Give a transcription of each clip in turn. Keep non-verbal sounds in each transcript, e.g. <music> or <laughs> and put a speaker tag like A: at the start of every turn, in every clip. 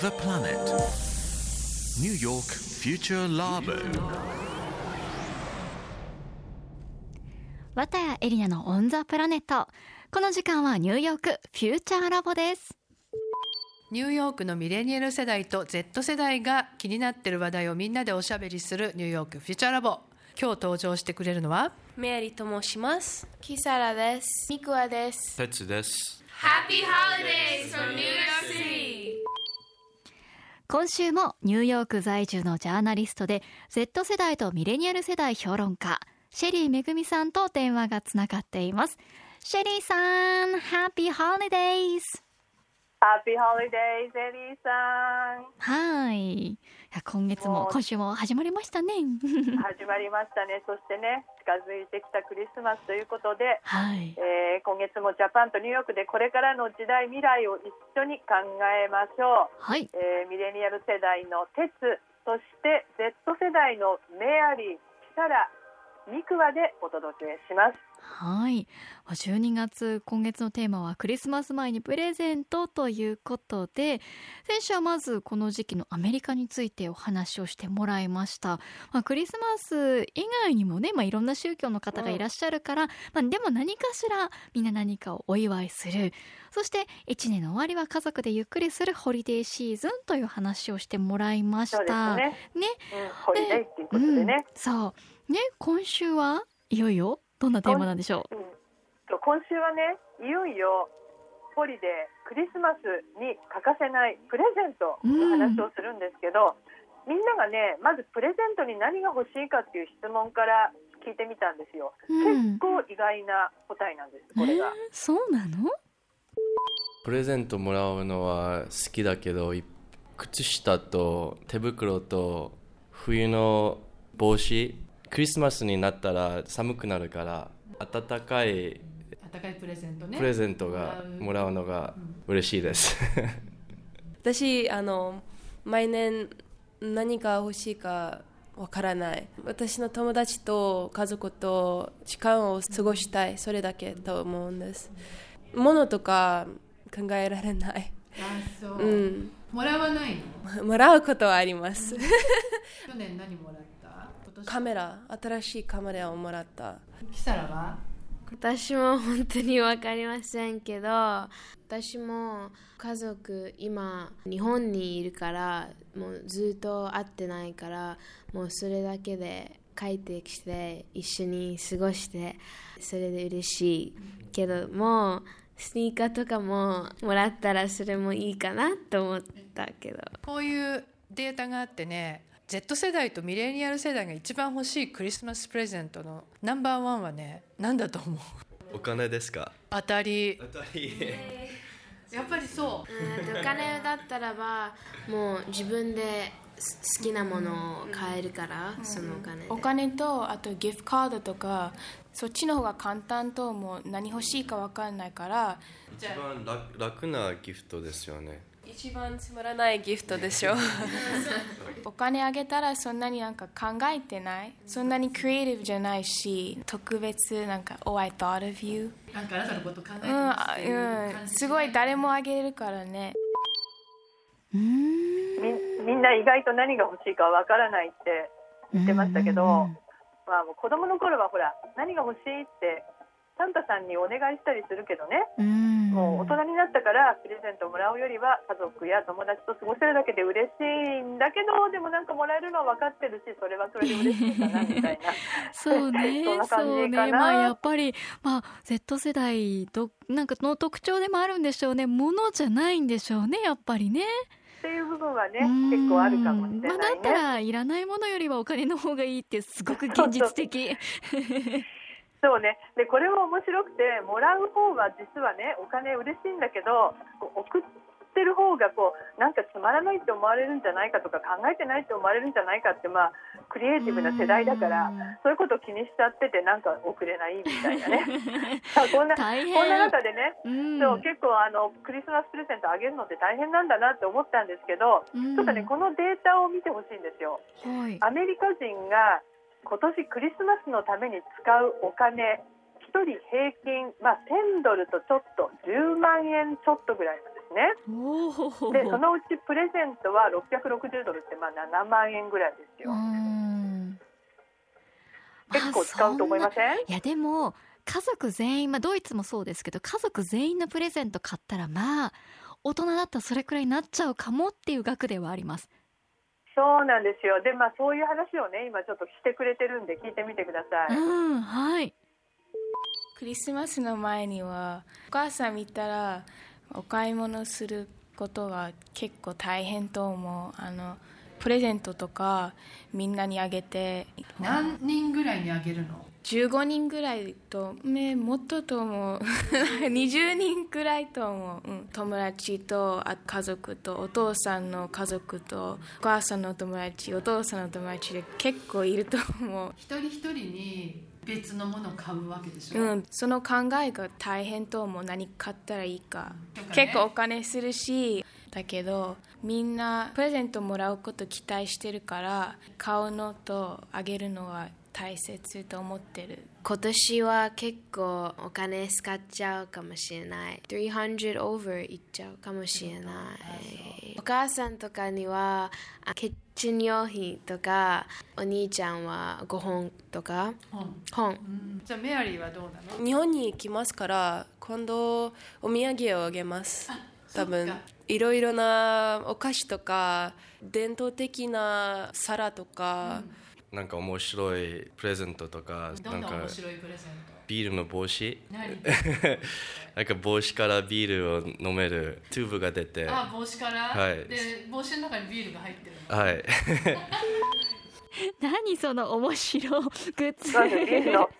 A: the planet. New York Future Labo.
B: 綿谷エリナのオンザプラネット。この時間はニューヨークフューチャーラボです。
C: ニューヨークのミレニアル世代と Z 世代が気になってる話題をみんなでおしゃべりするニューヨークフューチャーラボ。今日登場してくれるのは
D: メアリーと申します。
E: キサラです。ミクワです。
F: 哲です。
B: 今週もニューヨーク在住のジャーナリストで Z 世代とミレニアル世代評論家シェリーめぐみさんと電話がつながっていますシェリーさんハッピーホリデイズ
G: Happy holidays, エリー
B: <laughs>
G: さん。
B: はいいや今月も今週も始まりましたね <laughs>
G: 始まりましたね。そしてね、近づいてきたクリスマスということで、
B: はい
G: えー今月もジャパンとニューヨークでこれからの時代未来を一緒に考えましょ
B: はい、
G: う。えーミレニアル世代の鉄、そして Z 世代のメアリー、キサラ、ミクワでお届けします。
B: はい、まあ12月今月のテーマはクリスマス前にプレゼントということで先週はまずこの時期のアメリカについてお話をしてもらいました、まあ、クリスマス以外にもね、まあ、いろんな宗教の方がいらっしゃるから、まあ、でも何かしらみんな何かをお祝いするそして1年の終わりは家族でゆっくりするホリデーシーズンという話をしてもらいまし
G: そうです
B: た。
G: ね。
B: ね
G: うん、ホリデーっていうことで
B: うん
G: ね。、
B: そうね今週はいよいよどんなテーマなんでしょう
G: うんと今週はね、いよいよホリデー、クリスマスに欠かせないプレゼントの話をするんですけど、みんながね、まずプレゼントに何が欲しいかっていう質問から聞いてみたんですよ。
B: うん
G: 結構意外な答えなんです、これが。
B: そうなの
F: プレゼントもらうのは好きだけど、い靴下と手袋と冬の帽子。クリスマスになったら寒くなるから、暖かい
C: 暖かいプレゼントね
F: プレゼントがもらうのが嬉しいです。
D: 私あの毎年何が欲しいかわからない。私の友達と家族と時間を過ごしたいそれだけと思うんです。物とか考えられない。
C: あそう、
D: うん、
C: もらわないの
D: もらうことはあります。
C: <laughs> 去年何もらった今年
D: カメラ新しいカメラをもらった。
C: キサラは
E: 私も本当にわかりませんけど、私も家族今日本にいるから、もうずっと会ってないから、もうそれだけで帰ってきて一緒に過ごして、それで嬉しいけどもう。スニーカーとかももらったらそれもいいかなと思ったけど
C: こういうデータがあってね Z 世代とミレニアル世代が一番欲しいクリスマスプレゼントのナンバーワンはね何だと思う
F: お金ですか
C: 当たり
F: 当たり。
C: やっぱりそう
E: うんとお金だったらばもう自分です好きなものを買えるから、そのお金で
H: お金とあとギフトカードとかそっちの方が簡単ともう何欲しいか分かんないから
F: 一番楽楽なギフトですよね。
D: 一番つまらないギフトでしょ。
H: お金あげたらそんなになんか考えてないそんなにクリエイティブじゃないし特別なんか「Oh I thought of you
C: なんかあなたのこと考え」て
H: うんあうんすごい誰もあげれるからね
G: みみんな意外と何が欲しいかわからないって言ってましたけど、
B: うんうんうん
G: まあ、もう子供の頃はほら何が欲しいってサンタさんにお願いしたりするけどね、
B: うん
G: もう大人になったからプレゼントをもらうよりは家族や友達と過ごせるだけで嬉しいんだけどでもなんかもらえるのは分かってるしそれはそれで嬉しいかなみ
B: <laughs>
G: たいな
B: そうね
G: そんな感じかな
B: そうねまあやっぱりまあ Z 世代どなんかの特徴でもあるんでしょうねものじゃないんでしょうねやっぱりね
G: っていう部分はね
B: うん
G: 結構あるかもしれ
B: ま
G: な
B: あ、
G: い
B: だった
G: ね。
B: らいらないものよりはお金の方がいいってすごく現実的
G: そうねでこれも面白くてもらう方は実はねお金嬉しいんだけどこう送ってる方がこうなんかつまらないって思われるんじゃないかとか考えてないって思われるんじゃないかって、まあ、クリエイティブな世代だからそういうことを気にしちゃっててなんか送れないみたい
B: <laughs>
G: なね。さあこんなこ
B: 大変
G: んな中でね
B: うん
G: そう結構あのクリスマスプレゼントあげるのって大変なんだなって思ったんですけど、
B: うん
G: ちょっとねこのデータを見てほしいんですよ
B: はい
G: アメリカ人が今年クリスマスのために使うお金1人平均、まあ、1000ドルとちょっと10万円ちょっとぐらいなんですですね
B: おお
G: でそのうちプレゼントは660ドルってまあ7万円ぐらいですよ
B: うん
G: 結構使うと思いません
B: いやでも家族全員まあドイツもそうですけど家族全員のプレゼント買ったらまあ大人だったらそれくらいになっちゃうかもっていう額ではあります
G: そうなんですよでまあそういう話をね今ちょっとしてくれてるんで聞いてみてくださ
B: う
G: い、
B: んはい <laughs>
H: クリスマスの前にはお母さん見たらお買い物することが結構大変と思うあのプレゼントとかみんなにあげて
C: 何人ぐらいにあげるの
H: 15人ぐらいと、ね、もっとと思う <laughs> 20人くらいと思う、うん、友達とあ家族とお父さんの家族とお母さんの友達お父さんの友達で結構いると思う
C: 一人一人に別のものを買うわけでしょ、
H: うん、その考えが大変と思う何買ったらいいか
C: とかね
H: 結構お金するしだけどみんなプレゼントもらうこと期待してるから買うのとあげるのは大切と思ってる
E: 今年は結構お金使っちゃうかもしれない300 over いっちゃうかもしれないお母さんとかにはあキッチン用品とかお兄ちゃんは5本とか
C: 本
E: 本
C: うんじゃあメアリーはどうなの
D: 日本に来ますから今度お土産をあげます多分
C: そっか
D: いろいろなお菓子とか伝統的な皿とか、
F: なんか面白いプレゼントとか
C: ど
F: なん
C: んな
F: か
C: 面白いプレゼント
F: ビールの帽子
C: 何
F: <laughs> なんか帽子からビールを飲めるチューブが出ては
C: あ帽子から、
F: はい
C: で帽子の中にビールが入ってるの
F: い
B: 何その面白グッズ
G: なんでビー
B: <laughs>
G: ルの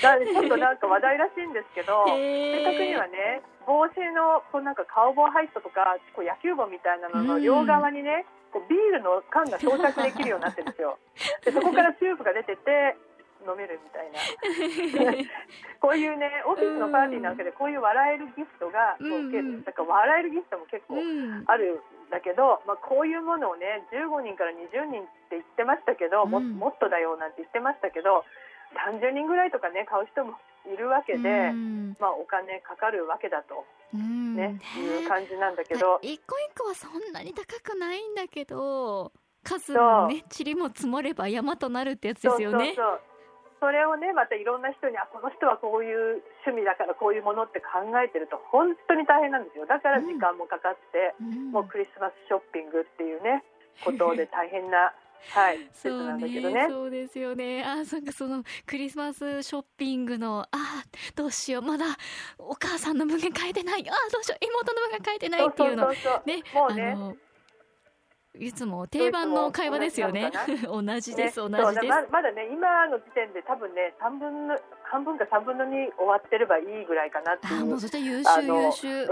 G: だちょっとなんか話題らしいんですけど、
B: へー
G: 正確にはね帽子のこうなんか顔棒入ったとかこう野球帽みたいなのの両側にね、こうビールの缶が装着できるようになってるんですよでそこからチューブが出てて飲めるみたいなこういうねオフィスのパーティーなんかでこういう笑えるギフトがこう受け
B: うんうん
G: るだから笑えるギフトも結構
B: うん
G: あるんだけど、まあ、こういうものをね15人から20人って言ってましたけど、も
B: うん
G: もっとだよなんて言ってましたけど30人ぐらいとかね買う人もいるわけで、
B: うん
G: まあ、お金かかるわけだと、
B: うん
G: ねいう感じなんだけ
B: まあ
G: ど、
B: 一個一個はそんなに高くないんだけど数
G: そう
B: もね塵も積もれば山となるってやつで
G: そう
B: す
G: そう
B: よね
G: そうそれをねまたいろんな人にあこの人はこういう趣味だからこういうものって考えてると本当に大変なんですよだから時間もかかって、
B: うん
G: もうクリスマスショッピングっていうねこ
B: <laughs>
G: とで大変な、はい、季節
B: そ
G: な
B: うん
G: だけ
B: ね
G: どね。
B: そうですよねあーなんかそのクリスマスショッピングのあーどうしようまだお母さんの分が買えてないあーどうしよう妹の分が買えてないっていうの
G: そうそうそうそう
B: ね
G: もうね
B: あのいつも定番の会話ですよね
G: ドイツ
B: <laughs> 同じです同
G: ね
B: じ
G: そう
B: です
G: ままだね今の時点で多分ね3分の半分か3分の2終わってればいいぐらいかなって
B: あ
G: い
B: ー
G: う
B: もうそしたら優
G: あ
B: 秀
G: の
B: 優秀
G: うん、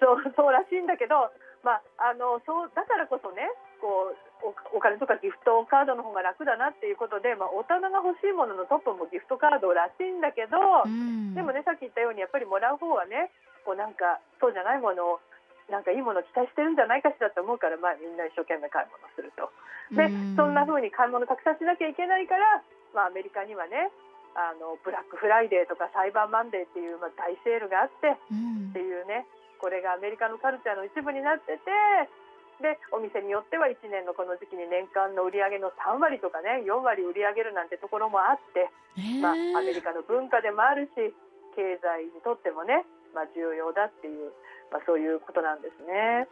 G: そうそうらしいんだけど、まあ、あのそうだからこそねこうおお金とかギフトカードの方が楽だなっていうことで、まあ、大人が欲しいもののトップもギフトカードらしいんだけど、
B: うん
G: でもねさっき言ったようにやっぱりもらう方はねこうなんかそうじゃないものをなんかいいものを期待してるんじゃないかしらと思うから、まあ、みんな一生懸命買い物すると。で
B: うん
G: そんな風に買い物たくさんしなきゃいけないから、まあ、アメリカにはねあのブラックフライデーとかサイバーマンデーっていう、まあ、大セールがあって
B: うん
G: っていうねこれがアメリカのカルチャーの一部になっててでお店によっては1年のこの時期に年間の売り上げの3割とかね4割売り上げるなんてところもあって、まあ、
B: へー
G: アメリカの文化でもあるし経済にとってもね、まあ、重要だっていう、まあ、そういうことなんですね。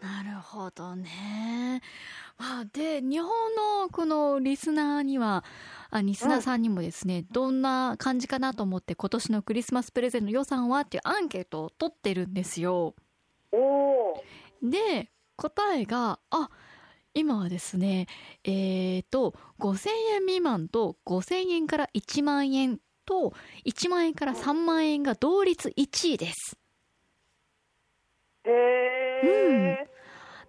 B: なるほどね。まあ、で、日本のこのリスナーには、あリスナーさんにもですね、どんな感じかなと思って、今年のクリスマスプレゼントの予算はっていうアンケートを取ってるんですよ。
G: おー
B: で、答えが、あ、今はですね、えっ、と、5000円未満と5000円から1万円と、1万円から3万円が同率1位です。
G: へー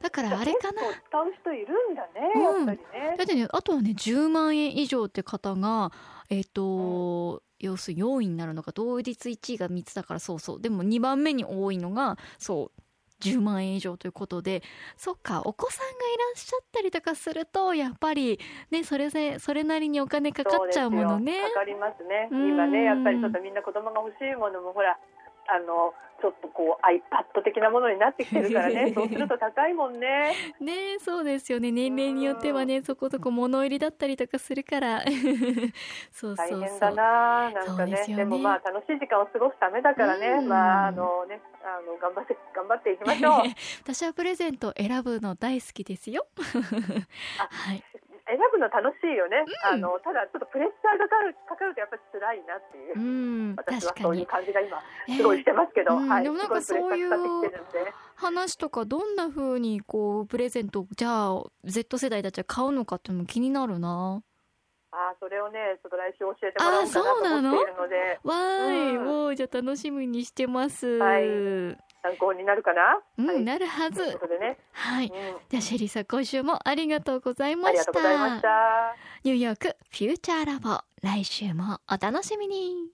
B: だからあれかな
G: 結構使う人いるんだね、
B: うん
G: やっぱりね
B: だってねあとはね10万円以上って方がえっ、と、要するに4位になるのが同率1位が3つだからそうそうでも2番目に多いのがそう10万円以上ということでそっかお子さんがいらっしゃったりとかするとやっぱりねそれぜそれなりにお金かかっちゃうものね
G: そですよかかりますね
B: うん
G: 今ねやっぱりちょっとみんな子供が欲しいものもほらあのちょっとこう iPad 的なものになってきてるから
B: <laughs>
G: ねそうすると高いもんね
B: ねえそうですよね年齢によってはねそことこ物入りだったりとかするから <laughs> そうそう
G: 大
B: そう
G: 変だななんか
B: そうで
G: ね
B: す
G: で
B: よね
G: もまあ楽しい時間を過ごすためだからね
B: うん
G: まああのねあの頑張って頑張っていきまし
B: <laughs>
G: ょう
B: 私はプレゼントを選ぶの大好きですよ <laughs> はい
G: 選ぶの楽しいよね、あのただちょっとプレッシャーがかかるかかるとやっぱり辛いなっていうう、
B: ん
G: 私
B: 確
G: は
B: か
G: そうい
B: に
G: う感じが今すごいしてますけど、
B: ええうん
G: はい
B: でもなんか
G: すごいプレッシャーかかってきてるんで
B: 話とかどんな風にこうプレゼントをじゃあ Z 世代たちは買うのかっていうのも気になるな
G: ああそれをねちょっと来週教えてもらおうかなと思っているので
B: わーい、
G: うん
B: もうじゃあ楽しみにしてます、
G: はい
B: うん、
G: 参考になるかな、はい
B: なるはず
G: ということでね、
B: はい
G: うん
B: じゃあシェリーさん今週もありがとうござい
G: あ
B: ま
G: り
B: し
G: が
B: た
G: とうございました。
B: ニューヨークフューチャーラボ来週もお楽しみに